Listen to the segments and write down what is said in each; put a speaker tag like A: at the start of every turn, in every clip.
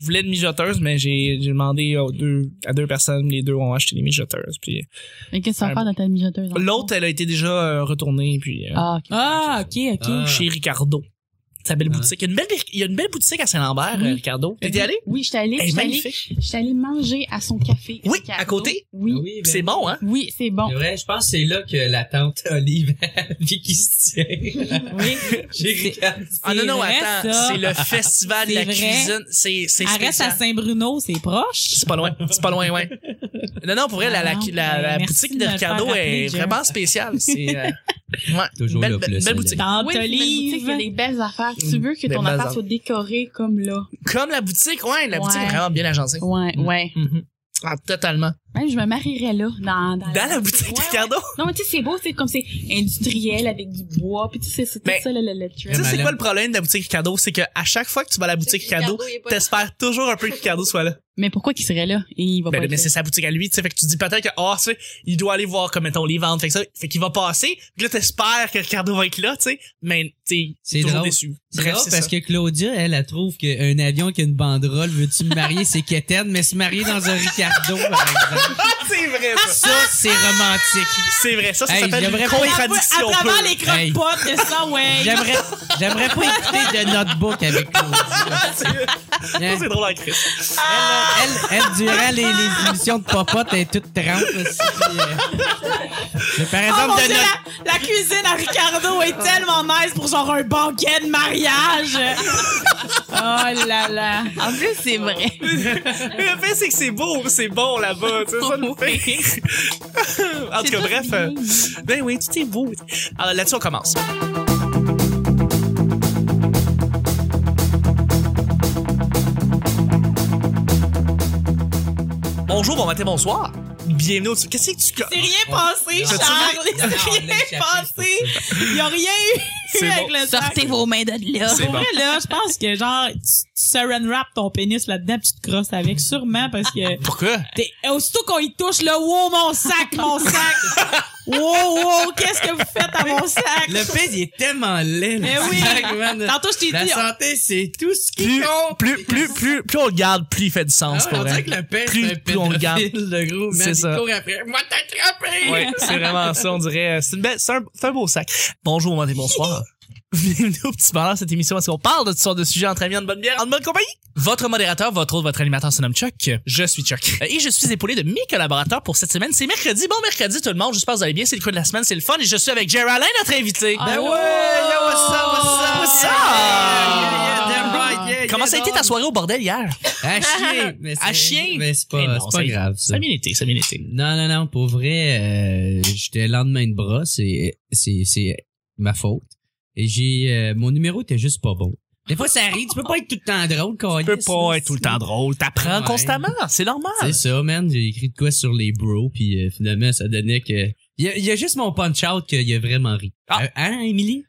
A: je voulais une mijoteuses, mais j'ai j'ai demandé aux deux, à deux personnes. Les deux ont acheté des mijoteuses. Puis
B: Mais qu'est-ce que tu vas
A: Ah,
B: faire dans ta mijoteuse? en
A: l'autre, elle a été déjà euh, retournée. Puis
B: fait?
A: euh,
B: Ah, ok.
C: Ah, ok, ok.
A: Ah. chez Ricardo. Sa belle
D: Ah.
A: boutique. Il y a une belle, il y a une belle boutique à Saint-Lambert,
B: Oui.
A: euh, Ricardo. T'étais allé?
B: Oui, je suis allée.
A: Elle
B: Je
A: est
B: suis allée-
A: magnifique.
B: je suis allée manger à son café.
A: Oui,
B: Ricardo.
A: à côté.
B: Oui.
D: Ah oui,
A: Puis C'est
D: ben,
A: bon, hein?
B: Oui, c'est bon.
D: C'est vrai, je pense que c'est là que la tante Olive a vu qui se tient.
B: Oui.
D: J'ai regardé.
A: Ah non, non,
C: vrai,
A: attends.
C: ça.
A: C'est le festival de la
C: C'est vrai.
A: cuisine. C'est, c'est
C: Elle reste à
A: spécial.
C: Saint-Bruno, c'est proche.
A: C'est pas loin. C'est pas loin, ouais. Non, non, pour vrai, la, la,
C: Ah,
A: la, la
C: ben, merci
A: boutique
C: de
A: de
C: me le faire
A: Ricardo
C: rappeler,
A: est
C: Jeff.
A: vraiment spéciale. C'est, euh, ouais.
D: Toujours
A: belle,
D: le
A: belle-
D: plus,
A: belle
D: le
A: boutique.
C: Tante
B: Oui, c'est une belle boutique, il y a des
C: Olive.
B: belles affaires. Tu veux que
A: Mm. Des
B: ton
A: belles
B: affaire
A: affaires.
B: soit décoré comme là.
A: Comme la boutique, ouais, la boutique est
B: Ouais.
A: vraiment bien agencée.
B: Ouais, ouais.
A: Mhm. Ah, totalement.
B: Même je me marierais là, dans, dans,
A: Dans la boutique de
B: Ouais,
A: Ricardo?
B: Non, mais tu sais, c'est beau, c'est comme c'est industriel avec du bois, puis tu sais, c'est tout
A: Eh, Mais-
B: ça, le, le, le trip.
A: Tu sais,
D: Vraiment,
A: c'est
D: là.
A: quoi le problème de la boutique Ricardo? C'est que à chaque fois que tu vas à la boutique Ricardo,
B: il est pas là.
A: t'espères toujours un peu que Ricardo soit là.
B: Mais pourquoi qu'il serait là? Et il va
A: Ben,
B: pas
A: mais
B: être
A: c'est
B: là.
A: sa boutique à lui, tu sais. Fait que tu dis peut-être que, ah, tu sais, il doit aller voir, comme mettons, les ventes. Fait que ça, fait qu'il va passer. Fait que là, t'espères que Ricardo va être là, tu sais. Mais, tu
D: C'est
A: sais, toujours
D: drôle.
A: déçu.
D: C'est
A: Bref,
D: drôle
A: c'est ça.
D: parce que Claudia, elle, elle trouve qu'un avion qui a une banderole, veux-tu me marier, c'est quétaine, mais se marier dans un Ricardo, par exemple.
A: Ah, c'est vrai, ça.
D: Ça, c'est romantique.
A: C'est vrai, ça, ça
D: Hey,
A: s'appelle
D: j'aimerais
A: une
D: pas-
A: contradiction.
C: À travers
A: pure.
C: les
B: euh,
C: croque-potes, c'est ça, ouais.
D: J'aimerais, j'aimerais pas écouter de notebook avec Claudia. Hein?
A: Ah, c'est- Ça, c'est drôle en Chris.
D: Elle, elle, elle, durant les, les émissions de popote, elle est toute trempe. aussi, puis, euh, mais par
C: Oh mon
D: exemple, de
C: Dieu,
D: notre-
C: la, la cuisine à Ricardo
B: Ah.
C: est tellement nice pour genre un banquet de mariage. oh là là.
B: En plus, c'est vrai.
A: Le fait, c'est que c'est beau, c'est bon là-bas, tu sais, ça nous fait. en tout
B: C'est
A: cas,
B: tout
A: bref.
B: bien.
A: euh, ben oui, tout est beau. Alors là-dessus, on commence. Bonjour, bon matin, bonsoir. Bienvenue au... Qu'est-ce que tu...
C: C'est rien passé,
D: Ça, tu
A: Ah,
C: Charles.
D: veux- Non,
C: C'est
D: on l'a
C: rien
D: échappé,
C: passé. Il n'y a rien eu
A: C'est
C: avec
A: bon.
C: le sac.
B: Sortez vos mains de là.
A: C'est
C: Pour
A: bon.
C: vrai, là, je pense que genre, tu, tu saran wrap ton pénis là-dedans pis tu te crosses avec, sûrement, parce que
A: Pourquoi?
C: t'es, aussitôt qu'on y touche, là, wow, mon sac, mon sac! wow, wow, qu'est-ce que vous faites à mon sac?
D: le pèse, il est tellement laid. le
C: Eh oui.
D: sac, man.
C: Tantôt, je t'ai
D: La
C: dit,
D: santé, c'est tout ce qui
A: Plus,
D: compte.
A: plus, plus, plus, plus on le garde, plus il fait du sens,
D: Ah ouais,
A: pour
D: on
A: vrai.
D: dirait que le père,
A: Plus-
D: c'est un
A: plus on le garde.
D: pédophile, le gros, man.
A: C'est
D: il
A: ça.
D: court après. Moi, t'attraper!
A: Ouais, c'est vraiment ça, on dirait. euh, C'est une belle, c'est un, c'est un beau sac. Bonjour, bon matin, bonsoir. Bienvenue au petit bonheur cette émission parce qu'on parle de toutes sortes de sujets entre amis, en bonne bière, en bonne compagnie. Votre modérateur, votre autre, votre animateur se nomme Chuck. Je suis Chuck. Et je suis épaulé de mes collaborateurs pour cette semaine. C'est mercredi. Bon mercredi tout le monde. J'espère que vous allez bien. C'est le coup de la semaine. C'est le fun. Et je suis avec Geraldine, notre invité.
D: Ben ouais, yo, what's up, what's up,
A: What's up?
D: Yeah, yeah, damn right, yeah,
A: Comment
D: yeah,
A: ça a été ta
D: dog.
A: soirée au bordel hier?
D: À chien! Mais c'est-
A: À chien.
D: Mais c'est
A: Eh
D: pas,
A: non,
D: c'est
A: ça
D: pas
A: y-
D: grave, ça.
A: Ça a bien été, ça a bien été.
D: Non, non, non, pour vrai, euh, j'étais le lendemain de bras, c'est, c'est, c'est ma faute. Et j'ai, euh, mon numéro était juste pas bon. Des fois, ça arrive, tu peux pas être tout le temps drôle, quand
A: Tu peux pas être tout le temps drôle. T'apprends
D: Ouais.
A: constamment. C'est normal.
D: C'est ça, man, j'ai écrit de quoi sur les bros, puis euh, finalement, ça donnait que... Il y a, il y a juste mon punch-out qu'il a vraiment ri.
A: Ah.
D: Euh, hein, Emily?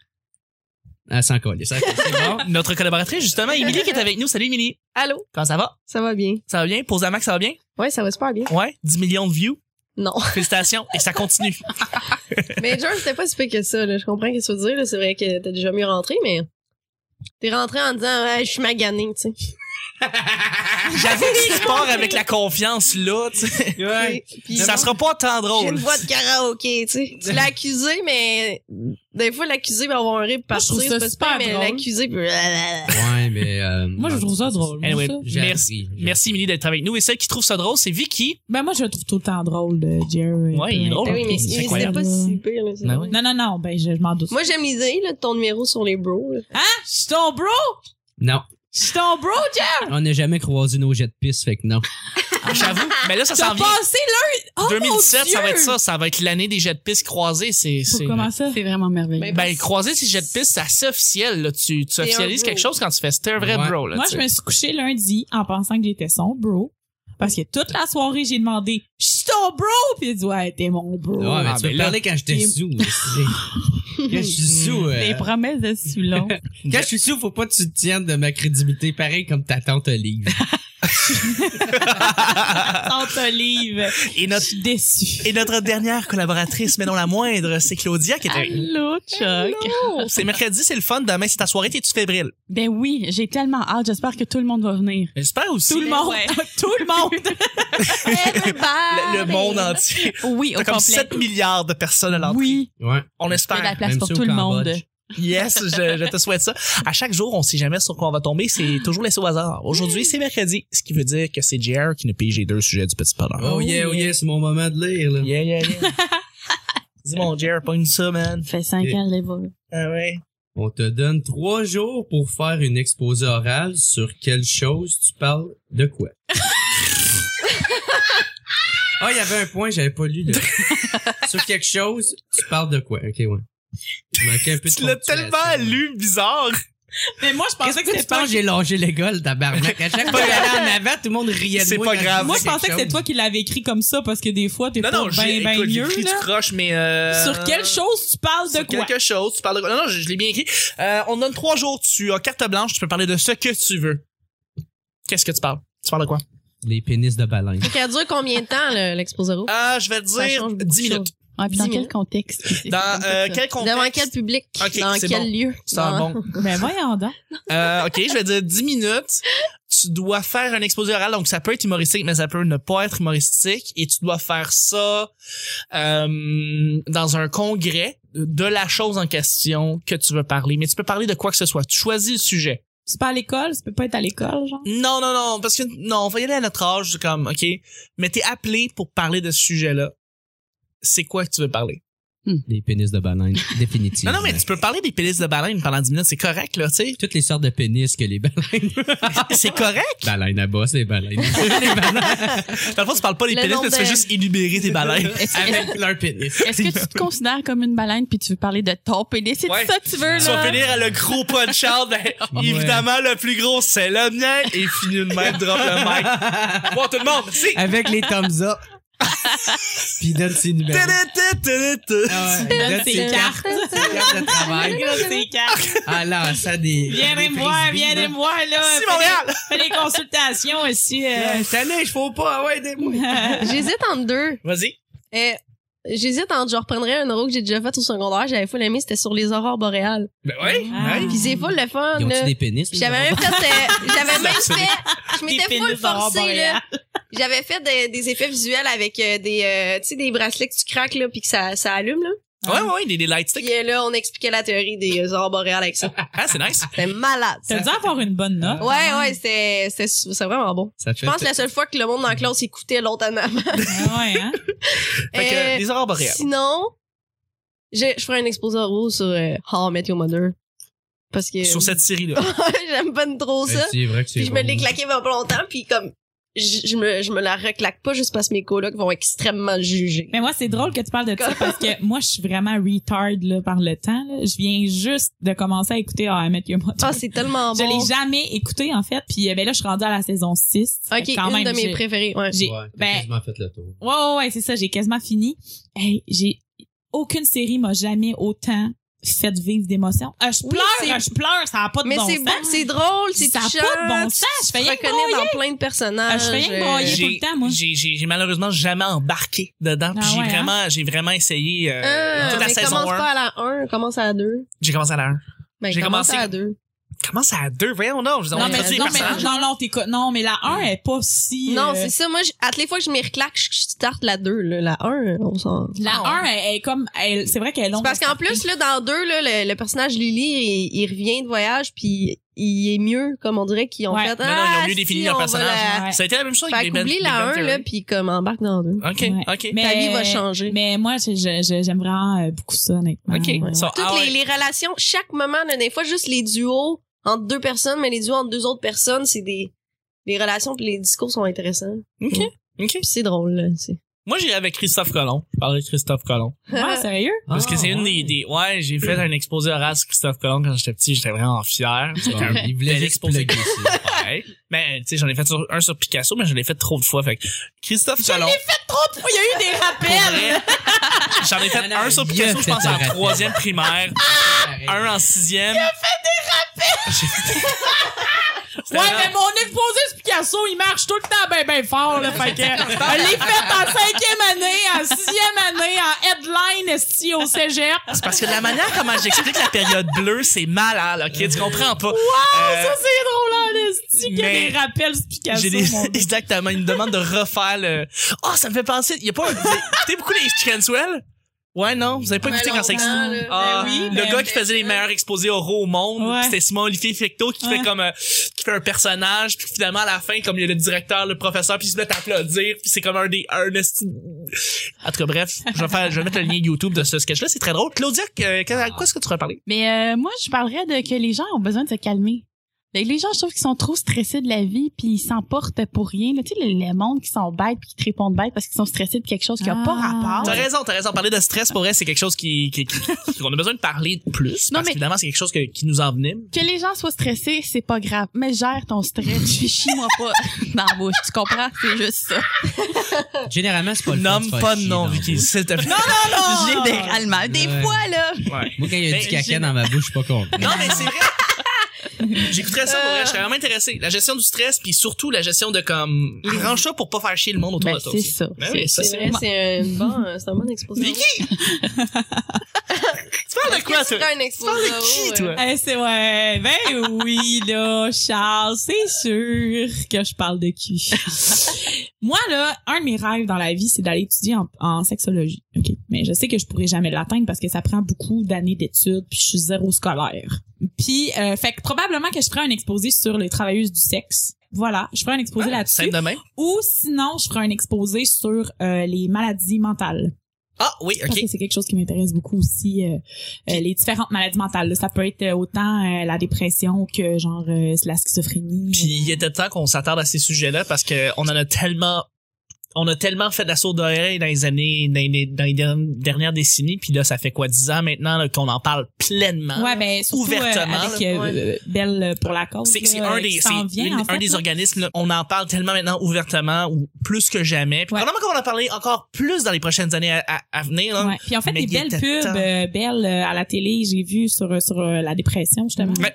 D: Ah, sans coller, sans coller, c'est bon.
A: Notre collaboratrice, justement, Émilie, qui est avec nous. Salut, Émilie.
E: Allô?
A: Comment ça va?
E: Ça va bien?
A: Ça va bien? Pose à Max, ça va bien?
E: Ouais, ça va super bien.
A: Ouais. 10 millions de views.
E: Non.
A: Félicitations. Et ça continue.
E: Mais John, c'était pas si pire que ça. Là. Je comprends ce que tu veux dire. là. C'est vrai que t'as déjà mieux rentré, mais t'es rentré en disant Hey, je suis maganée, tu sais.
A: J'avoue que tu pars avec la confiance là, tu sais.
D: Ouais.
E: Puis
A: Ça sera pas tant
E: j'ai une
A: drôle.
E: voix de karaoké, tu sais. Tu l'as accusé, mais des fois l'accusé va avoir un rire
C: Moi,
E: par
C: je trouve ça super
E: mais
C: drôle.
E: l'accusé ah, puis
D: Ouais, mais... euh,
C: moi, je trouve ça drôle. moi,
A: Anyway,
C: ça.
D: j'ai
A: merci.
D: appris.
A: Merci, Émilie, d'être avec nous. Et celle qui trouve ça drôle, c'est Vicky.
C: Ben, moi, je le trouve tout le temps drôle, de Jerry.
A: Ouais, il est drôle.
E: Ben oui, mais
A: Oh, C'est
E: mais c'était
A: incroyable.
E: pas si pire. Là, c'est
A: Ben
E: vrai.
A: oui.
C: Non, non, non, ben, je, je m'en doute.
E: Moi j'aime l'idée là, de ton numéro sur les bros. là.
C: Hein? Je suis ton bro?
D: Non,
C: Je suis ton bro, Jerry?
D: on n'a jamais croisé nos jets de piste, fait que non.
A: J'avoue. Mais là, ça
C: T'as
A: s'en vient.
C: passé l'un... Oh, mon
A: 2017, ça va
C: Dieu!
A: être ça. Ça va être l'année des jets de piste croisés. C'est, c'est...
C: Pour comment ça?
B: C'est vraiment merveilleux.
E: Ben,
A: Ben, croiser ces jets de piste, c'est assez officiel, là. Tu, tu
E: un
A: officialises
E: bro.
A: quelque chose quand tu fais, c'est un vrai
D: Ouais.
A: bro, là.
C: Moi,
A: tu
C: je
A: sais.
C: me suis couchée lundi en pensant que j'étais son bro. Parce que toute la soirée, j'ai demandé, je suis ton bro! Puis il a dit, ouais, t'es mon
B: Oh,
C: bro.
D: Ouais, mais
A: Ah,
D: tu
A: ben
D: veux
A: là.
D: parler quand j'étais
C: Et-
D: sous. aussi. quand je suis sous. euh,
B: Les promesses de Soulon.
D: quand je suis sous, faut pas que tu te tiennes de ma crédibilité. Pareil comme ta tante Olive.
C: Tante Olive.
A: Et
C: Je
A: notre,
C: suis déçue.
A: et notre dernière collaboratrice, mais non la moindre, c'est Claudia qui était.
C: Allô, Chuck.
A: C'est mercredi, c'est le fun. Demain, c'est ta soirée, t'es-tu fébrile?
C: Ben oui, j'ai tellement hâte. J'espère que tout le monde va venir.
A: J'espère aussi.
C: Tout le monde.
B: ouais.
C: tout le monde.
A: Le,
E: Le,
A: le monde entier.
C: Oui, au
A: T'as comme
C: complet.
A: 7 milliards de personnes à l'entrée.
C: Oui,
D: Ouais.
A: On
C: il y a de la
A: espère.
C: place
D: Même
C: pour
D: ça au
C: tout le monde.
D: Cambodge.
A: Yes, je, je te souhaite ça. À chaque jour, on sait jamais sur quoi on va tomber. C'est toujours laissé au hasard. Aujourd'hui, c'est mercredi. Ce qui veut dire que c'est JR qui nous pige les deux sujets du petit bonheur.
D: Oh yeah, oh yeah, c'est mon moment de lire,
C: Oh.
D: là.
A: Yeah, yeah, yeah. Dis mon JR, pogne ça, man.
C: fait 5
D: Et-
C: ans, je les vois.
A: Ah ouais.
D: On te donne trois jours pour faire une exposé orale sur quelle chose tu parles de quoi. Ah, il y avait un point, j'avais pas lu. Là. sur quelque chose, tu parles de quoi. Ok, ouais. Il manquait un peu de
A: Tu l'as
D: ponctuation.
A: tellement lu bizarre.
C: Mais moi, je pensais
D: Qu'est-ce
C: que
D: que
C: c'était
D: tu penses
C: toi.
D: que j'ai lâché l'école, tabarnak? À chaque fois que j'allais en avant, tout le monde riait de
A: C'est
D: moi.
A: pas
D: quand je
A: grave.
D: disais
C: Moi, je pensais que
D: quelque
C: c'était toi qui l'avais écrit comme ça parce que des fois, t'es
A: Non,
C: pas
A: non, j'ai
C: bien, bien
A: écoute, j'ai
C: mieux,
A: écrit du
C: là.
A: croche, mais... Euh...
C: Sur quelle chose tu parles de
A: Sur
C: quoi?
A: quelque chose, tu parles de quoi? Non, non, je, je l'ai bien écrit. Euh, on te donne trois jours, tu as carte blanche, tu peux parler de ce que tu veux. Qu'est-ce que tu parles? Tu parles de quoi?
D: Les pénis de baleine.
E: Fait qu'elle dure combien de temps, le- l'exposé rouge?
A: Ah, je vais te
E: Ça
A: dire
E: change beaucoup
A: 10
E: de
A: minutes.
C: Ah, puis dans
E: Dix
C: quel
E: minutes.
C: contexte? C'est
A: Dans euh,
C: comme ça.
A: quel contexte?
E: Devant quel public?
A: Ok,
E: dans
A: c'est
E: quel
A: bon.
E: lieu?
A: C'est un
E: Dans-
A: bon.
C: Ben voyons donc.
A: Euh, ok, je vais dire 10 minutes. Tu dois faire un exposé oral, donc ça peut être humoristique, mais ça peut ne pas être humoristique. Et tu dois faire ça euh, dans un congrès de la chose en question que tu veux parler. Mais tu peux parler de quoi que ce soit. Tu choisis le sujet.
C: C'est pas à l'école? Ça peut pas être à l'école, genre?
A: Non, non, non, parce que non, on va y aller à notre âge, comme, ok. Mais t'es appelé pour parler de ce sujet-là. C'est quoi que tu veux parler?
D: Des pénis de baleine, définitivement.
A: Non, non, mais tu peux parler des pénis de baleine pendant 10 minutes, c'est correct, là, tu sais.
D: Toutes les sortes de pénis que les baleines...
A: C'est correct.
D: baleines à bosse, les baleines. les baleines.
A: Dans le fond, tu parles pas des
E: Le
A: pénis,
E: nombre
A: mais tu fais
E: de-
A: juste énumérer tes baleines.
D: Avec leur pénis.
C: Est-ce que tu te considères comme une baleine puis tu veux parler de ton pénis? C'est
A: Ouais.
C: ça que tu veux,
A: Tu vas
C: là?
A: finir à le gros punch out, ben, évidemment, le plus gros, c'est le mien, et finit de même, drop le mic. Bon, tout le monde, si!
D: Avec les thumbs up. Puis il donne ses numéros.
A: Ta-da-ta-ta-ta-ta.
D: Ah ouais, il donne ses cartes, ses cartes de travail. Ah là, ça des.
C: Viens
D: des
C: me voir,
D: frisbees,
C: viens
D: là.
C: me voir, là.
A: Si,
C: Fais
A: Montréal!
C: des- Fais des consultations aussi. euh.
D: Ouais, Cette année, je faut pas, ah ouais, des mots.
E: J'hésite entre deux.
A: Vas-y.
E: Eh, J'hésite entre je reprendrais un euro que j'ai déjà fait au secondaire, j'avais full aimé, c'était sur les aurores boréales.
A: Ben oui.
C: Ah.
E: Puis c'est full le fun,
D: Ils ont-tu
E: là.
D: des pénis?
E: Puis j'avais même fait, euh, j'avais même
A: C'est
E: fait, je
C: Des
E: m'étais
C: pénis
E: full
C: d'aurore
E: forcée, là.
C: boréale.
E: J'avais fait des, des effets visuels avec euh, des, euh, tu sais, des bracelets que tu craques, là, puis que ça, ça allume, là.
A: Ouais, ouais, des, des light sticks.
E: Puis euh, là, on expliquait la théorie des euh, aurores boréales avec ça.
A: Ah, c'est nice.
E: C'était malade, ça.
C: T'as dû avoir une bonne note.
E: Ouais, ouais, c'était, c'était, sou- c'est vraiment bon.
D: Ça fait.
E: Je pense que la seule fois que le monde dans la classe écoutait l'autre en avant.
C: Ah ouais, hein?
A: Fait que,
E: Euh,
A: des aurores boréales.
E: Sinon, je, je ferai un exposé oraux sur euh, How I Met Your Mother. Parce
C: Euh,
E: que
A: Sur Ben, cette série-là.
C: Ah,
E: j'aime pas trop ça.
D: C'est vrai que c'est.
E: Puis je me
D: bon.
E: l'ai claqué pendant pas longtemps, puis comme je, je me, je me la reclaque pas juste parce que mes colocs vont extrêmement juger.
C: Mais moi, c'est drôle que tu parles de ça parce que moi, je suis vraiment retard là, par le temps. là. Je viens juste de commencer à écouter Ah, I Met Your Mother.
E: Ah, c'est tellement
C: je
E: bon.
C: l'ai jamais écouté, en fait. Puis euh, ben là, je suis rendue à la saison 6.
E: Ok,
C: Quand
E: une
C: même,
E: de mes
C: j'ai-
E: préférées. Ouais.
C: j'ai-
D: Ouais,
C: ben-
D: t'as quasiment fait le tour.
C: Ouais, ouais, ouais, c'est ça, j'ai quasiment fini. Hey, j'ai aucune série m'a jamais autant fait vivre d'émotions. Ah, je
E: Oui,
C: pleure,
E: c'est-
C: ah, je pleure, ça a pas de
E: Mais
C: bon
E: c'est
C: sens.
E: bon, c'est drôle, c'est
C: ça a
E: touchant.
C: pas de bon sens, je fais
E: Tu te
C: rien que
E: reconnais dans plein de
C: Ah,
E: personnages.
C: je fais rien que
E: euh,
C: broyer.
E: j'ai-
C: tout le temps, moi.
A: J'ai, j'ai, j'ai malheureusement jamais embarqué dedans, puis
C: Ah
A: j'ai
C: ouais, hein?
A: vraiment, j'ai vraiment essayé, euh,
E: Ah,
A: toute la
E: mais
A: saison
E: commence
A: 1.
E: pas à la 1, commence à la 2.
A: J'ai commencé à la 1.
E: Ben,
A: J'ai
E: commence
A: commencé-
E: à la 2.
A: Commence à la 2, voyons, non, je veux dire, on
C: Non, mais,
A: introduit les
C: non, mais,
A: personnages.
C: non, non, t'es co- non, mais la 1 est pas si...
E: Mm. Non,
C: euh,
E: c'est ça. Moi, je- à toutes les fois que je m'y reclaque, je je starte la 2. là. La 1, on s'en...
C: La
A: Ah,
C: 1 elle est comme... elle- C'est vrai qu'elle est
E: C'est
C: longue.
E: Parce
C: à
E: qu'en
C: sortir.
E: plus, là, dans 2, là, le, le personnage Lily, il, il revient de voyage, puis il est mieux, comme on dirait, qu'ils ont
C: Ouais. Ah,
E: fait...
A: Non, non, ils
E: Ah,
A: ont mieux défini
E: si,
A: leur
E: on va
A: personnage.
E: la-
C: Ouais.
A: Ça a été la même chose
E: Fait
A: avec Big
E: qu'oublie
A: Ben-
E: la
A: Big
E: 1,
A: Ben
E: là,
A: Theory.
E: puis comme embarque dans 2.
A: OK,
C: Ouais.
A: OK.
E: Ta vie va
C: euh,
E: changer.
C: Mais moi, je- je- je- j'aime vraiment euh, beaucoup ça, honnêtement.
A: OK.
C: Ouais.
A: So,
E: Toutes
A: ah ouais.
E: les, les relations, chaque moment, là, des fois, juste les duos entre deux personnes, mais les duos entre deux autres personnes, c'est des... Les relations puis les discours sont intéressants.
A: OK.
E: Ouais.
A: OK.
E: Puis c'est drôle, là. c'est-
A: Moi, j'irai avec Christophe Colomb. Je parlais de Christophe Colomb.
C: Ah, sérieux?
A: Parce que
D: Ah,
A: c'est une
D: ouais.
A: des, des- Ouais, j'ai fait un exposé oral sur Christophe Colomb quand j'étais petit. J'étais vraiment fier. C'était
D: Bon,
A: un
D: Il voulait
A: bel
D: juste
A: exposé.
D: plugger ça.
A: Ouais. Mais, tu sais, j'en ai fait sur- un sur Picasso, mais je l'ai fait trop de fois. Fait que Christophe Colomb.
C: Trop de fois, il y a eu des rappels!
A: vrai, J'en ai fait
D: Non, non,
A: un sur
D: il a
A: Picasso,
D: fait
A: je pense,
D: un
A: en
D: rappel.
A: troisième primaire,
D: Pareil.
A: un en sixième.
C: Ouais, mais mon exposé sur Picasso, il marche tout le temps ben ben fort, là. Fait que, je l'ai fait en cinquième année, en sixième année, en headline, esti, au cégep.
A: C'est parce que de la manière comment j'explique la période bleue, c'est malade, ok? Tu comprends pas? Euh,
C: Ça, c'est drôle, hein, en esti, qu'il y a
A: mais-
C: des rappels sur Picasso,
A: J'ai des...
C: mon gars.
A: Exactement, il me demande de refaire le... Ah, ça me fait penser... Il y a pas... un- Vous écoutez beaucoup les Chickenswell? Ouais, non? Vous avez pas écouté quand ça existe? Ah,
C: Ben
E: Ben
A: le
C: oui, mais-
A: gars qui faisait les meilleurs exposés oraux au monde,
C: Ouais.
A: c'était Simon Olivier Fecto qui fait
C: Ouais.
A: comme euh, qui fait un personnage, puis finalement à la fin comme il y a le directeur, le professeur, puis ils se mettent à applaudir, puis c'est comme un des un esti- En tout cas bref, je vais faire je vais mettre le lien YouTube de ce sketch là, c'est très drôle. Claudia, que- que- à quoi est-ce que tu vas parler
B: Mais euh, moi, je parlerais de que les gens ont besoin de se calmer. Fait que les gens, je trouve qu'ils sont trop stressés de la vie, puis ils s'emportent pour rien. Là, tu sais, les, les mondes qui sont bêtes, puis qui te répondent bêtes parce qu'ils sont stressés de quelque chose qui n'a pas
C: Ah.
B: rapport.
A: T'as raison, t'as raison. Parler de stress, pour vrai, c'est quelque chose qui, qui, qui- qu'on a besoin de parler plus.
B: Non,
A: parce
B: mais-
A: qu'évidemment, c'est quelque chose que- qui nous envenime.
B: Que les gens soient stressés, c'est pas grave. Mais gère ton stress. Je chie, moi, pas dans la bouche. Tu comprends? C'est juste ça.
D: Généralement, c'est pas le fun
A: Nomme
D: de faire
A: pas de
D: chier
A: nom,
D: dans la
A: Vicky,
D: bouche.
A: s'il te plaît.
B: Généralement. Des
D: Ouais.
B: fois, là.
A: Ouais.
D: Moi, quand il y a
A: Mais
D: du caca
A: j'ai-
D: dans ma bouche, je suis pas content.
A: Non, mais c'est vrai. J'écouterais ça pour vrai. Je serais vraiment intéressé. La gestion du stress, puis surtout la gestion de comme. Arrange ça pour pas faire chier le monde autour
B: Ben,
A: de toi.
B: c'est
A: aussi.
B: ça.
A: Ben
B: C'est-
A: oui, ça,
E: C'est
A: c'est-
E: vrai, c'est un bon, c'est un bon exposé.
A: Vicky! tu parles de quoi,
E: Qu'est-ce que
A: toi? Tu
E: tu ferais un
A: parles
E: exposé?
A: de qui, toi?
C: Eh, c'est ouais. Ben oui, là, Charles, c'est sûr que je parle de cul. Moi, là, un de mes rêves dans la vie, c'est d'aller étudier en, en sexologie. OK. Mais je sais que je pourrais jamais l'atteindre parce que ça prend beaucoup d'années d'études, puis je suis zéro scolaire. Puis, euh, fait que probablement que je ferai un exposé sur les travailleuses du sexe. Voilà, je ferai un exposé
A: Ah,
C: là-dessus.
A: scène de même.
C: Ou sinon, je ferai un exposé sur euh, les maladies mentales
A: Ah, oui,
C: parce
A: ok.
C: que c'est quelque chose qui m'intéresse beaucoup aussi euh, euh, les différentes maladies mentales là. ça peut être euh, autant euh, la dépression que genre euh, la schizophrénie
A: Puis il était temps qu'on s'attarde à ces sujets-là parce que on en a tellement. On a tellement fait de la sourde oreille dans les années, dans les, dans les derni- dernières décennies, puis là, ça fait quoi, 10 ans maintenant là, qu'on en parle pleinement.
C: ouais ben surtout
A: ouvertement,
C: ouvertement, avec euh,
E: là,
C: euh, Belle euh, pour la cause
A: C'est,
C: là,
A: c'est
C: euh,
A: un
C: qui
A: des, c'est
C: s'en vient,
A: une-
C: en
A: un
C: fait,
A: des
C: là.
A: organismes. là, On en parle tellement maintenant ouvertement ou plus que jamais. Puis
C: Ouais.
A: probablement qu'on va en parler encore plus dans les prochaines années à, à- à venir. Là.
C: Ouais. Puis en fait,
A: Mais il
C: des belles
A: était temps.
C: pubs, euh, belles euh, à la télé, j'ai vu sur euh, sur euh, la dépression justement.
A: Ouais.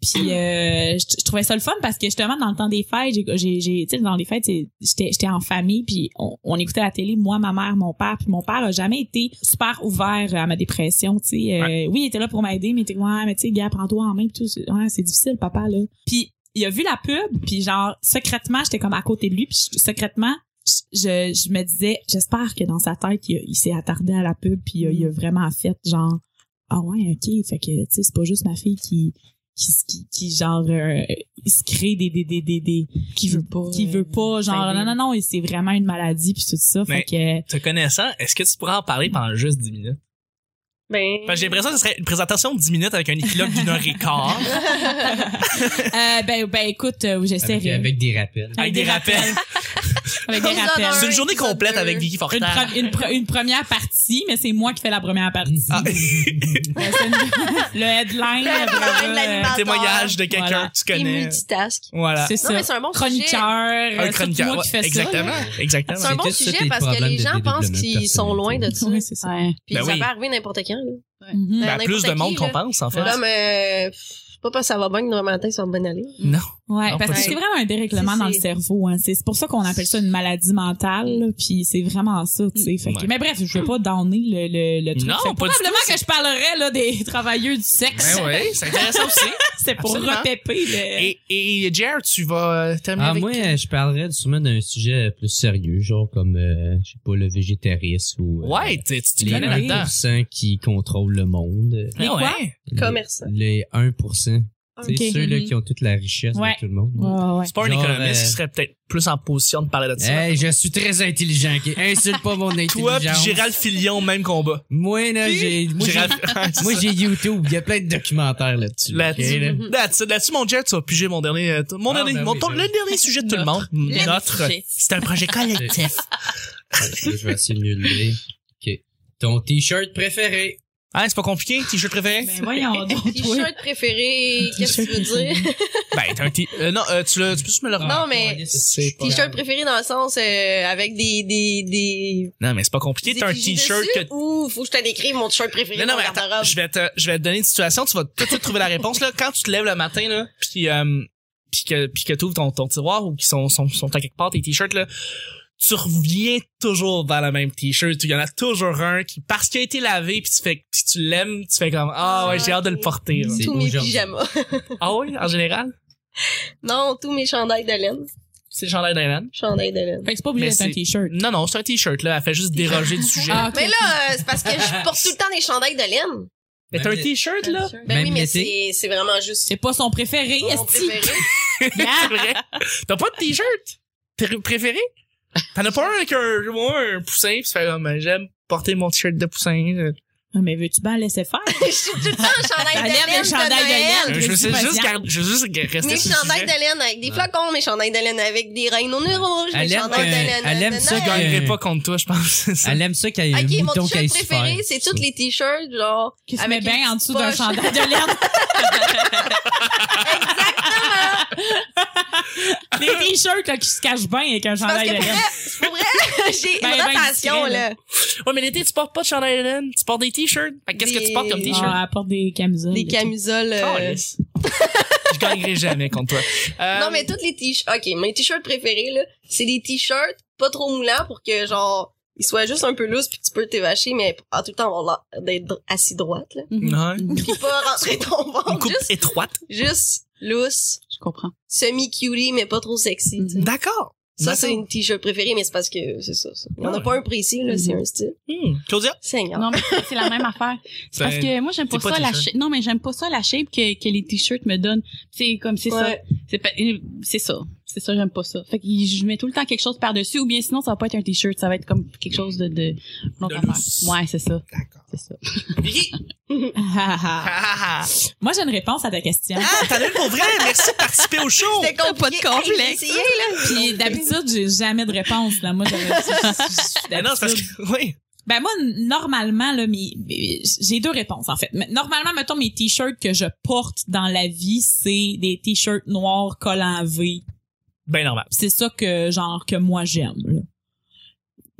C: Puis euh, je, je trouvais ça le fun parce que justement dans le temps des fêtes, j'ai j'ai j'ai- tu sais dans les fêtes, c'est- j'étais j'étais en famille puis on, on écoutait la télé, moi, ma mère, mon père, puis mon père a jamais été super ouvert à ma dépression, tu sais. Euh, oui, il était là pour m'aider, mais il était comme, ouais, mais tu sais, gars, prends-toi en main puis tout, C'est- ouais, c'est difficile papa là. Puis il a vu la pub, puis genre secrètement, j'étais comme à côté de lui, puis je- secrètement, je, je me disais, j'espère que dans sa tête, il, a- il s'est attardé à la pub, puis il, a- il
E: Mm.
C: a vraiment fait genre, ah ouais, ok, fait que, tu sais, c'est pas juste ma fille qui, qui, s- qui, qui, genre, euh, se crée des, des, des, des, des-
B: Qui veut pas.
C: qui veut
E: euh,
C: pas, genre, non, non, non, et c'est vraiment une maladie, puis tout ça,
A: Mais-
C: fait
A: Te connaissant, est-ce que tu pourrais en parler pendant juste 10 minutes?
E: Ben,
A: Parce que j'ai l'impression que ce serait une présentation de 10 minutes avec un épilogue d'une heure et quart. avec,
C: que, euh, ben, ben, écoute, euh,
D: Avec,
C: j'essaierai.
D: avec des rappels.
A: des, rappels.
C: Avec des
E: Comme ça,
C: rappels.
E: dans
A: C'est une journée
E: Épisode
A: complète
E: deux.
A: avec Vicky Fortin.
C: Une, pre- une, pre- une première partie, mais c'est moi qui fais la première partie.
A: Ah,
C: Ben, c'est une- le headline,
E: Le headline,
C: voilà, euh,
E: l'animal.
A: témoignage de quelqu'un
C: Voilà.
A: que tu
E: il
A: connais.
E: multitask.
A: Voilà.
C: c'est
E: Non,
C: ça.
E: mais c'est un bon
C: chroniqueur,
E: sujet.
C: euh,
A: un
C: c'est
A: Ah, chroniqueur.
C: moi qui fais
A: ouais,
C: ça.
A: exactement.
E: C'est
A: Exactement.
E: un bon
D: tous
E: sujet
D: tes
E: parce que
D: problèmes
E: les
D: de
E: gens pensent
D: développement
E: qu'ils sont loin de ça.
C: Oui, c'est ça.
B: Ouais.
E: Puis
A: Ben
E: ça
A: oui.
E: peut arriver n'importe quand. Là,
C: Mhm.
A: Ben,
E: Ben,
A: plus de
E: n'importe
A: monde
E: qui,
A: qu'on
E: là.
A: pense, en fait.
E: là mais pff, c'est pas parce que ça va bien que demain matin, ça va bien aller.
A: Non.
C: Ouais,
A: Bah, Non,
C: parce
A: pas
C: que
A: ça.
C: c'est vraiment un dérèglement
E: C'est-
C: dans le
E: c'est-
C: cerveau. Hein. C'est c'est pour ça qu'on appelle ça une maladie mentale. là, Puis c'est vraiment ça, tu sais. Fait que-
A: Ouais.
C: Mais bref, je vais pas donner le, le, le truc.
A: Non,
C: Fait que
A: pas du
C: probablement que je parlerais là, des travailleurs du sexe.
A: Ben oui, c'est intéressant aussi.
C: c'est pour
A: absolument.
C: repéper le...
A: Et, et Jer, tu vas euh, terminer
D: Ah,
A: avec...
D: moi, euh, je parlerais sûrement d'un sujet plus sérieux, genre comme, euh, je sais pas, le végétarisme ou... euh,
A: Ouais, tu tu te
D: les
A: connais là-dedans.
D: 1% qui contrôlent le monde.
A: Ah
C: quoi?
A: ouais.
D: Les-
E: Commerçant.
D: Les 1%. C'est
C: Ok.
D: ceux là,
C: Mhm.
D: qui ont toute la richesse
C: Ouais.
D: de tout le monde. hein.
C: Ouais, ouais.
A: C'est pas un
D: Genre,
A: économiste,
D: euh,
A: il serait peut-être plus en position de parler de ça.
D: Hey, je suis très intelligent. ok? Insulte pas mon intelligence.
A: Toi pis Gérald Filion, même combat.
D: Moi, là, j'ai... Moi, j'ai-
A: Gérald...
D: moi, j'ai YouTube. Il y a plein de documentaires là-dessus.
A: Là-dessus,
D: ok, là.
A: là-dessus, là-dessus, mon Jer, tu vas piger mon dernier, euh, mon
D: Ah,
A: dernier,
D: ben
A: mon,
D: oui,
A: ton-
D: ben
A: le dernier sujet de tout le monde. Notre.
B: sujet.
A: C'est un projet collectif.
D: Ouais, Je vais essayer de mieux le dire. OK. Ton T-shirt préféré.
A: Hein, c'est pas compliqué, t-shirt préféré?
C: Ben voyons donc, toi.
E: T-shirt préféré, qu'est-ce que tu veux
C: T-shirt
E: dire?
A: Ben, t'as un t euh, non, euh, tu, le, tu peux juste me le remettre.
D: Ah.
E: Non, mais-
A: C'est pas grave.
E: T-shirt préféré dans le sens euh, avec des, des, des,
A: Non, mais c'est pas compliqué.
E: des
A: T'as un
E: effigies
A: t-shirt
E: dessus
A: que
E: Ou faut que je te décrive mon t-shirt préféré
A: Non,
E: dans
A: non,
E: mon
A: mais attends,
E: garde-robe.
A: je vais, te, je vais te donner une situation, tu vas tout de suite trouver la réponse. Là. Quand tu te lèves le matin, là, puis euh, puis que puis que t'ouvres ton ton tiroir ou qui sont sont sont à quelque part tes t-shirts là tu reviens toujours vers le même t-shirt. Il y en a toujours un qui, parce qu'il a été lavé, puis tu fais, si tu l'aimes, tu fais comme, ah ouais, j'ai hâte de le porter. là.
D: C'est
E: Tous mes
D: aujourd'hui.
E: pyjamas.
A: Ah oui, en général,
E: Non, tous mes chandails de laine.
A: c'est le chandail d'Alan.
E: Chandails de laine.
C: Fait que c'est pas obligé
A: Mais
C: d'être un
A: c'est-
C: t-shirt.
A: Non, non, c'est un t-shirt, là. Elle fait juste déroger du sujet.
C: Ah, ok.
E: Mais là, euh, c'est parce que je porte tout le temps des chandails de laine.
A: Mais t'as un t-shirt, là?
E: Ben
D: Même
E: oui, mais
D: l'été?
E: c'est c'est vraiment juste
C: C'est pas son préféré,
E: mon
C: esti.
E: préféré.
A: C'est vrai. T'as pas de t-shirt pr- préféré? T'en as pas un avec un, ouais, un poussin, pis tu fais comme, j'aime porter mon t-shirt de poussin. Euh,
C: Ah, mais veux-tu bien laisser faire?
E: Je suis tout le temps en
C: Ça
E: chandail de
C: lève
E: laine.
C: les chandails de
E: Noël.
A: Je
C: laine.
A: veux
C: Précis,
A: juste,
C: patient.
A: garder- je veux juste rester
E: Mes
A: sur le
E: chandails
A: sujet.
E: de laine avec des
D: Ouais.
E: flocons, mes chandails de laine avec des rayons rouges, mes
D: Elle aime
E: chandails de
D: que-
E: laine.
D: elle aime
E: nanana.
D: ça
A: Je gagnerai pas contre toi, je pense. C'est ça.
D: Elle aime ça qu'il y ait
E: Ok,
D: un
E: mon
D: mouton qu'elle
E: t-shirt
D: se fait.
E: préféré, c'est tous les t-shirts, genre.
C: Qui se met
E: Avec une
C: bien en dessous d'un
E: poche.
C: chandail de laine. Exactement! Les t-shirts là, qui se cachent bien avec un
E: Parce
C: chandail
E: que
C: de
E: pour
C: laine.
E: vrai, pour vrai, j'ai
C: Ben,
E: une
C: ben
E: rotation,
C: discret, là.
E: là.
A: Ouais, mais l'été, tu portes pas de chandail de laine. Tu portes des t-shirts. Fait que Qu'est-ce que tu portes comme
E: Des-
A: t-shirt?
C: Ah, elle porte des camisoles.
E: Des
C: là,
E: camisoles. euh,
A: Calisse. je gagnerai jamais contre toi. Euh,
E: Non, mais toutes les t-shirts. Ok, mes t-shirts préférés, là, c'est des t-shirts pas trop moulants pour que, genre, ils soient juste un peu lousses puis tu peux t'évacher, mais en tout le temps avoir l'air d'être dr- assis droite, là.
A: Non.
E: Puis pas rentrer ton
A: Une
E: ventre.
A: coupe
E: Juste,
A: étroite.
E: juste lousse,
B: Je comprends.
E: semi-cutie, mais pas trop sexy. tu sais.
A: Mhm. D'accord.
E: Ça, c'est une t-shirt préférée, mais c'est parce que c'est ça. ça. On n'a
A: Ouais.
E: pas un précis, là, c'est
B: Mhm.
E: un style.
A: Hmm. Claudia?
E: Seigneur.
B: Non, mais c'est la même affaire. C'est parce que moi, j'aime pas,
A: Ben, c'est pas
B: ça la
A: t-shirt.
B: shape. Non, mais j'aime pas ça la shape que, que les t-shirts me donnent. C'est comme, c'est ça.
E: Ouais.
B: C'est pa- euh, c'est ça. C'est ça, j'aime pas ça. Fait que je mets tout le temps quelque chose par-dessus, ou bien sinon, ça va pas être un t-shirt, ça va être comme quelque chose de, de, une autre
A: De
B: affaire.
A: lousse.
B: Ouais, c'est ça.
A: D'accord.
B: C'est ça.
A: Vicky?
C: Ah, ah, ah.
A: Ah, ah, ah.
C: Moi, j'ai une réponse à ta question.
A: Ah, t'en as une pour vrai. Merci de participer au show.
E: C'était compliqué.
C: pas de
E: Hey, j'ai
C: complexe.
E: essayé,
A: hein.
E: là.
C: Puis d'habitude, j'ai jamais de réponse. Là. Moi, j'avais-
A: Ben non, c'est parce que, oui.
C: Ben moi, normalement, là, mes, mes- j'ai deux réponses en fait. Mais Normalement, mettons, mes t-shirts que je porte dans la vie, c'est des t-shirts noirs collants V.
A: Ben normal.
C: C'est ça que genre que moi j'aime. là.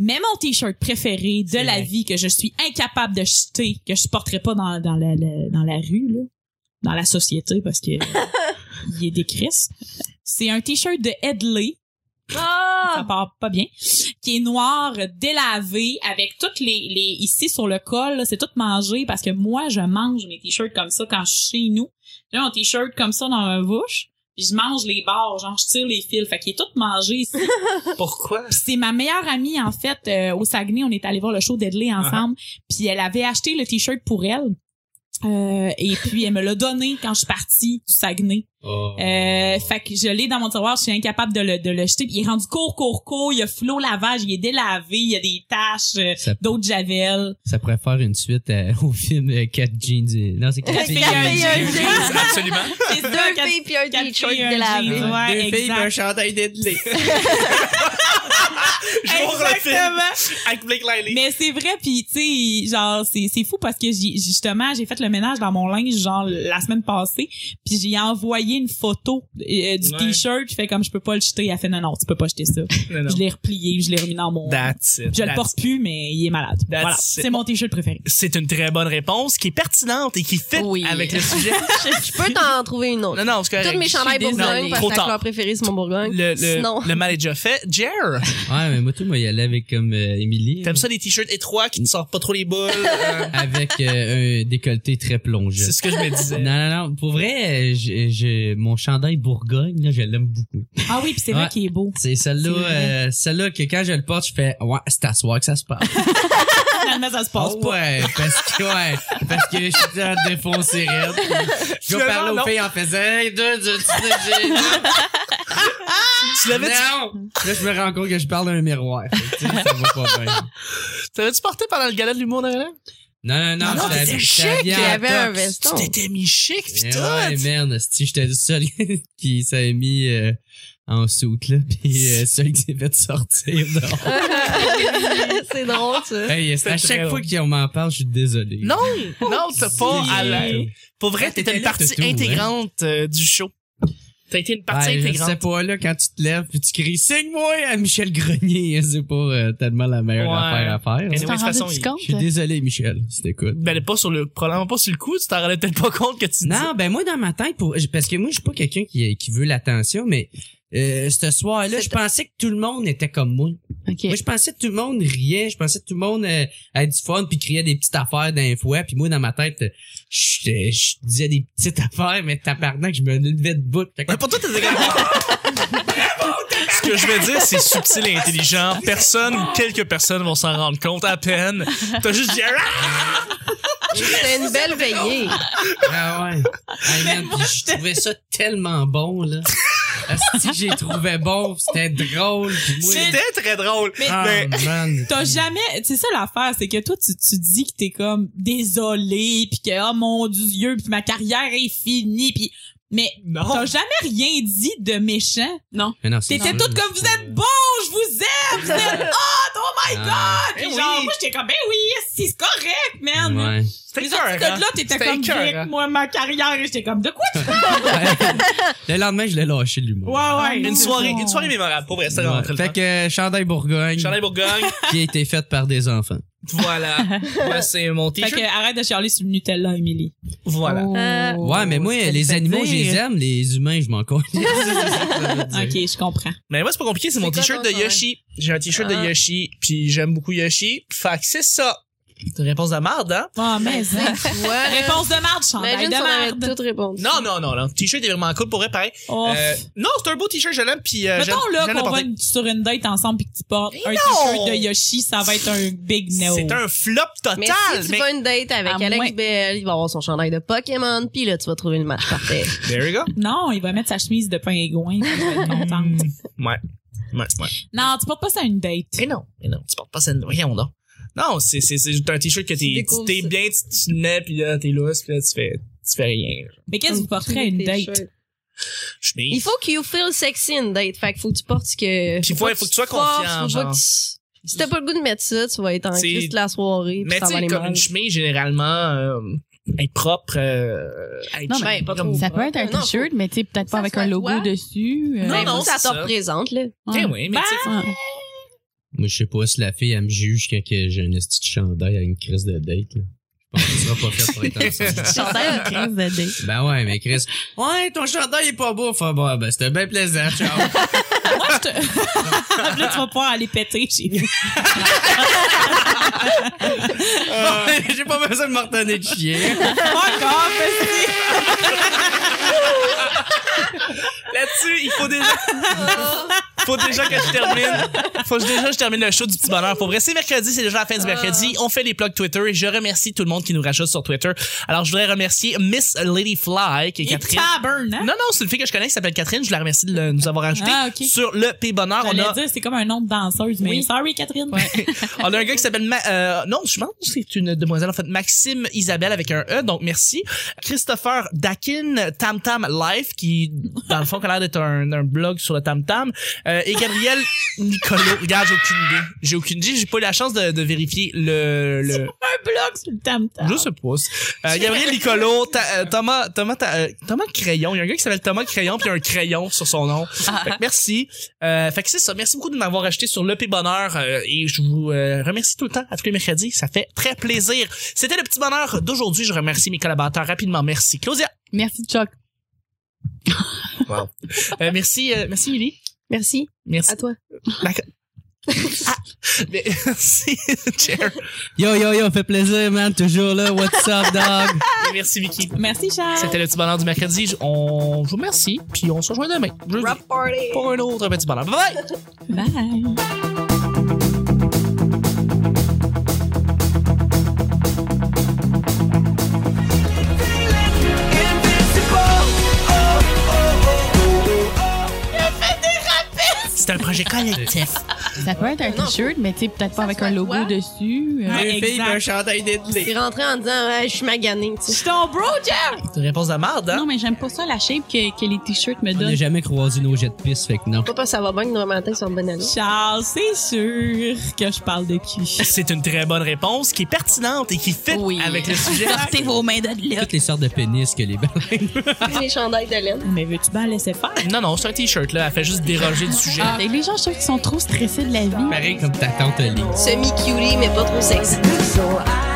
C: Mais mon t-shirt préféré de
A: C'est
C: la
A: vrai.
C: vie que je suis incapable de jeter, que je porterai pas dans, dans, la, la- dans la rue, là, dans la société parce que il est décrit, c'est un t-shirt de Headley
E: Ah!
C: ça part pas bien, qui est noir, délavé, avec toutes les, les ici sur le col, là, c'est tout mangé parce que moi, je mange mes t-shirts comme ça quand je suis chez nous. J'ai un t-shirt comme ça dans un bouche, puis je mange les bords, genre je tire les fils, fait qu'il est tout mangé ici.
A: Pourquoi?
C: Puis c'est ma meilleure amie en fait euh, au Saguenay, on est allé voir le show d'Edley
B: Uh-huh.
C: ensemble, puis elle avait acheté le t-shirt pour elle. Euh, et puis elle me l'a donné quand je suis partie du Saguenay.
D: Oh.
C: Euh, fait que je l'ai dans mon tiroir, je suis incapable de le, de le jeter. Puis il est rendu court, court, court, il y a flot lavage, il est délavé, il y a des taches, euh,
D: Ça-
C: d'autres javel.
D: Ça pourrait faire une suite euh, au film euh, Cat Jeans. et- Non, c'est Cat
E: Quatre
D: Jeans.
E: filles, un jean.
A: Absolument.
C: C'est ça,
E: Deux
C: quatre-
E: filles puis un
C: quatre
E: t-shirt
C: filles, un
E: de la
C: jean.
E: vie.
C: Ouais,
D: Deux filles,
C: exact.
D: un chandail d'Edley.
A: Je vous refais avec Blake Lively.
C: Mais c'est vrai, puis tu sais, genre c'est c'est fou parce que j'ai- justement j'ai fait le ménage dans mon linge genre la semaine passée, puis j'ai envoyé une photo euh, du
A: Ouais.
C: t-shirt, je fais comme je peux pas le jeter, elle fait non non tu peux pas jeter ça,
A: Non, non.
C: je l'ai replié, je l'ai remis dans mon,
A: That's it.
C: je le
A: That's
C: porte plus mais il est malade.
A: That's
C: Voilà,
A: it.
C: c'est mon t-shirt préféré.
A: it. C'est une très bonne réponse qui est pertinente et qui fit
B: Oui.
A: avec le sujet.
E: Je peux t'en trouver une autre.
A: Non, non, c'est correct.
E: Toutes mes chandails
A: Je suis désolée.
E: Bourgogne, parce
A: Trop
E: que la
A: tard.
E: couleur préférée, c'est mon Bourgogne.
A: Le,
E: Sinon,
A: le, le mal est déjà fait. Jer,
D: Ouais, mais moi, tout, moi, y allait avec comme euh, Émilie.
A: t'aimes ça des t-shirts étroits qui te sortent pas trop les boules? euh,
D: Avec euh, un décolleté très plongé.
A: c'est ce que je me disais.
D: Non, non, non. Pour vrai, euh, j'ai- j'ai- mon chandail Bourgogne, là, je l'aime beaucoup.
C: Ah oui, puis c'est vrai
D: Ouais.
C: qu'il est beau.
D: C'est celle-là,
C: C'est vrai.
D: euh, celle-là que quand je le porte, je fais, ouais, c'est à soir que ça se passe.
C: Finalement ça se passe
D: Oh,
C: pas.
D: ouais, parce que, ouais, parce que je suis en défoncer raide. Je vais
A: Finalement,
D: parler
A: non.
D: aux filles en faisant, hey, deux, deux, tu sais, j'ai-
A: Tu l'avais-tu
D: non! Là, je me rends compte que je parle à un miroir. Fait que, tu sais, ça va pas bien.
A: T'avais-tu porté pendant le gala de l'humour derrière?
D: Non, non, non,
A: Non, non,
D: j'étais-
A: t'étais
D: j'étais
A: chic,
D: habillé
E: il y
D: en
E: avait un
D: toque.
E: veston.
A: Tu t'étais mis chic,
D: Eh
A: pis tout.
D: Ouais, merde, si j'étais le seul qui s'est mis euh, en soute, là, puis euh, seul qui s'est fait sortir dehors.
E: c'est drôle, ça.
D: Hey,
A: C'est
D: à
A: très
D: chaque
A: drôle.
D: fois qu'on m'en parle, je suis désolé.
A: Non, non, t'as pas à la... Pour vrai,
D: Ah,
A: t'étais
D: t'étais
A: une
D: là,
A: partie
D: t'étais où, hein?
A: intégrante euh, du show. T'as été une partie
D: Ouais, je sais
A: intégrante.
D: pas, là, quand tu te lèves puis tu cries « Signe-moi à Michel Grenier », c'est pas euh, tellement la meilleure
A: Ouais.
D: affaire à faire.
A: Mais
B: Tu
A: de
B: t'en
A: toute façon,
B: rendais-tu
A: il-
D: Je suis
B: compte?
D: désolé, Michel, si t'écoutes.
A: Ben, pas sur le, probablement pas sur le coup, tu t'en rendais peut-être pas compte que tu
D: Non, ben moi, dans ma tête, pour, parce que moi, je suis pas quelqu'un qui, euh, qui veut l'attention, mais euh, ce soir-là,
E: C'est-
D: je pensais que tout le monde était comme moi. Moi,
B: OK.
D: je pensais que tout le monde riait, je pensais que tout le monde euh, avait du fun puis criait des petites affaires d'un fouet, puis moi dans ma tête, euh, je, je disais des petites affaires, mais tabarnak, je me levais de bout. J'étais
A: Ouais,
D: comme,
A: pour toi, t'es Ce que je veux dire, c'est subtil et intelligent. Personne ou quelques personnes vont s'en rendre compte à peine. T'as juste dit, Ah!
E: C'était une belle veillée.
D: Ah ouais. Hey, man, puis je trouvais ça tellement bon là. Si j'ai trouvé bon, puis c'était drôle. puis moi-
A: c'était très drôle.
C: Mais-
D: Ah,
A: Mais-
D: man.
C: T'as jamais, c'est ça l'affaire, c'est que toi tu, tu dis que t'es comme désolé puis que oh mon dieu puis ma carrière est finie puis mais
A: Non.
C: t'as jamais rien dit de méchant. Non.
D: Mais non, c'est
C: T'étais
D: sûr,
C: toutes comme vous
D: c'est-
C: êtes beaux, je vous aime, vous êtes hot, oh my god.
D: Ah,
C: Puis genre moi j'étais comme ben oui, si c'est correct man.
D: ouais.
A: C'était
C: Les autres
A: écœurant.
C: de là t'étais
A: C'était
C: comme
A: écœurant.
C: Vic, moi ma carrière Et j'étais comme de quoi tu
D: Ouais. Le lendemain, je l'ai lâché l'humour.
C: Ouais ouais.
A: Une soirée, une soirée mémorable. Pour vrai, c'était
D: Ouais.
A: vraiment très le
D: Fait
A: fun.
D: que euh, Chandail Bourgogne
A: Chandail Bourgogne,
D: qui a été faite par des enfants.
A: voilà. Moi, c'est mon
C: Fait que
A: t-shirt.
C: arrête de chialer sur le Nutella Émilie.
A: Voilà.
B: Oh.
E: Euh,
D: Ouais, mais moi, les animaux, je les aime, les humains, je m'en compte.
C: OK, je comprends.
A: Mais moi, c'est pas compliqué, c'est mon
E: C'est quoi
A: t-shirt
E: ton
A: de Yoshi. J'ai un t-shirt de
E: Ah.
A: Yoshi, puis j'aime beaucoup Yoshi. Fait que c'est ça. C'est une réponse de marde, hein?
C: Oh mais hein.
E: Ouais.
C: réponse de marde, chandail
E: Imagine
C: de
E: si on avait
C: marde.
E: toutes répondu.
A: Non, non, non, non. Le T-shirt est vraiment cool pour vrai, pareil.
C: Oh,
A: Euh, non, c'est un beau t-shirt, je l'aime, puis euh, j'aime
C: Mettons là
A: j'aime le
C: qu'on va
A: porter.
C: une- sur une date ensemble puis que tu portes un
A: non!
C: t-shirt de Yoshi, ça va être un big no.
A: C'est un flop total.
E: Mais si tu
A: mais-
E: vas une date avec
C: À
E: Alex
C: moins-
E: Bell, il va avoir son chandail de Pokémon, puis là, tu vas trouver le match parfait.
A: There you go. Mm.
C: Non, il va mettre sa chemise de pingouin. puis il va être contente.
A: Ouais. Ouais, ouais.
C: non, tu portes pas ça à une date.
A: Mais non, mais non, tu portes pas ça. Voyons donc. Non, c'est, c'est, c'est juste un t-shirt que t'es,
E: découvres
A: t'es
E: ça.
A: bien, tu, tu le mets, puis là, t'es lousse, puis là, tu fais, tu fais rien.
C: Mais qu'est-ce que vous porterez à une date?
E: Il
A: Chemise.
E: faut que you feel sexy une date. Fait qu'il faut que tu portes ce que.
A: Puis faut- faut que tu sois confiant,
E: faut
A: genre.
E: que tu- Si t'as pas le goût de mettre ça, tu vas être en
A: C'est-
E: crise de la soirée.
A: Mais tu
E: puis ça va
A: sais,
E: aller
A: comme
E: mal.
A: une chemise, généralement, euh, être propre, euh, être
B: Non,
E: mais pas
A: comme-
E: trop.
B: Ça peut être un
E: Non, faut-
B: t-shirt, mais tu sais, peut-être
E: Ça
B: pas avec
E: soit
B: un logo
E: toi.
B: dessus. euh,
A: Non,
E: Ben,
A: non,
E: faut que ça
A: c'est
E: te
A: ça.
E: représente, là.
A: Ben
B: ouais.
A: oui, mais
C: Bah!
A: tu sais, faut-
B: Ouais.
D: Moi, je sais pas si la fille, elle me juge quand que j'ai un petit chandail à une crise de date. Là. Je pense que ça sera pas fait pour être ensemble.
B: Chandail de crise de date.
D: Ben ouais, mais Chris, ouais, ton chandail est pas beau. Enfin, bon, ben c'était bien plaisant, ciao.
C: Moi, je te... là, tu vas pouvoir aller péter chez vous.
D: j'ai pas besoin de me retenir de chier.
C: Fuck off, esti.
A: Là-dessus, il faut déjà. faut déjà que je termine. Faut que déjà je termine le show du petit bonheur. Pour vrai, c'est mercredi, c'est déjà la fin du mercredi.
C: Ah.
A: On fait les plugs Twitter et je remercie tout le monde qui nous rajoute sur Twitter. Alors, je voudrais remercier Miss Lady Fly, qui est
C: Et
A: Catherine.
C: tabern, hein?
A: Non, non, c'est une fille que je connais qui s'appelle Catherine. Je la remercie de le- nous avoir ajouté
C: Ah, ok.
A: sur le P Bonheur. On
C: J'allais
A: a,
C: dire, c'est comme un nom de danseuse, mais
B: Oui.
C: sorry, Catherine.
A: on a un gars qui s'appelle... Ma- euh, non, je pense que c'est une demoiselle, en fait. Maxime Isabelle avec un E, donc merci. Christopher Dakin, Tam Tam Life, qui, dans le fond, qui a l'air d'être un, un blog sur le Tam Tam. Euh, et Gabriel Nicolo. Regarde, j'ai aucune idée. J'ai aucune idée. J'ai pas eu la chance de, de vérifier le... le...
C: Un blog sur le tam-tam.
A: Je sais pas. Euh, Gabriel Nicolo, Ta- euh, Thomas, Thomas, Ta- euh, Thomas Crayon. Il y a un gars qui s'appelle Thomas Crayon puis il y a un crayon sur son nom. Fait que merci. Euh, fait que c'est ça. Merci beaucoup de m'avoir acheté sur Le P Bonheur euh, et je vous euh, remercie tout le temps à tous les mercredis. Ça fait très plaisir. C'était le petit bonheur d'aujourd'hui. Je remercie mes collaborateurs rapidement. Merci Claudia.
B: Merci, Chuck.
A: Euh, merci, euh, merci Milly.
E: Merci.
A: Merci.
E: À toi.
A: Mais- Merci Cher.
D: Yo, yo, yo, fait plaisir, man, toujours là. What's up, dog?
A: Et merci Vicky.
C: Merci, Charles.
A: C'était le petit bonheur du mercredi. Je- On je vous remercie puis on se rejoint demain. Jeudi,
E: Rap party.
A: Pour un autre petit bonheur. Bye bye.
C: Bye.
A: C'est un projet collectif.
B: Ça peut être un
E: Non,
B: t-shirt, mais tu sais, peut-être pas
E: Ça
B: avec
E: soit
B: un logo
E: toi.
B: dessus. euh,
C: Ouais.
D: Deux
C: exact.
D: filles, un chandail
E: T'es
D: dételé.
E: rentré en disant, ouais, je suis maganée, tu
C: Je
E: sais.
C: suis ton bro, Jeff!
A: C'est une réponse de marde, hein?
B: Non, mais j'aime pas ça, la shape que, que les t-shirts me
D: On n'a
B: donnent.
D: jamais croisé nos jets de piste, fait que non.
E: Pas parce que ça va bien que demain matin, ils sont bonne année.
C: Charles, c'est sûr que je parle de cul.
A: C'est une très bonne réponse qui est pertinente et qui fit
B: Oui.
A: avec le sujet.
B: Sortez vos mains Ben, de là.
D: Toutes les sortes de pénis que les baleines.
E: les chandails de laine.
C: Mais veux-tu bien laisser faire?
A: non, non, c'est un t-shirt, là. Elle fait juste déroger du sujet.
B: Ah, Les gens, je trouve qu'ils sont trop stressés de la vie.
D: Pareil comme ta tante Ellie.
E: Semi-cutie, mais pas trop sexy.
F: So I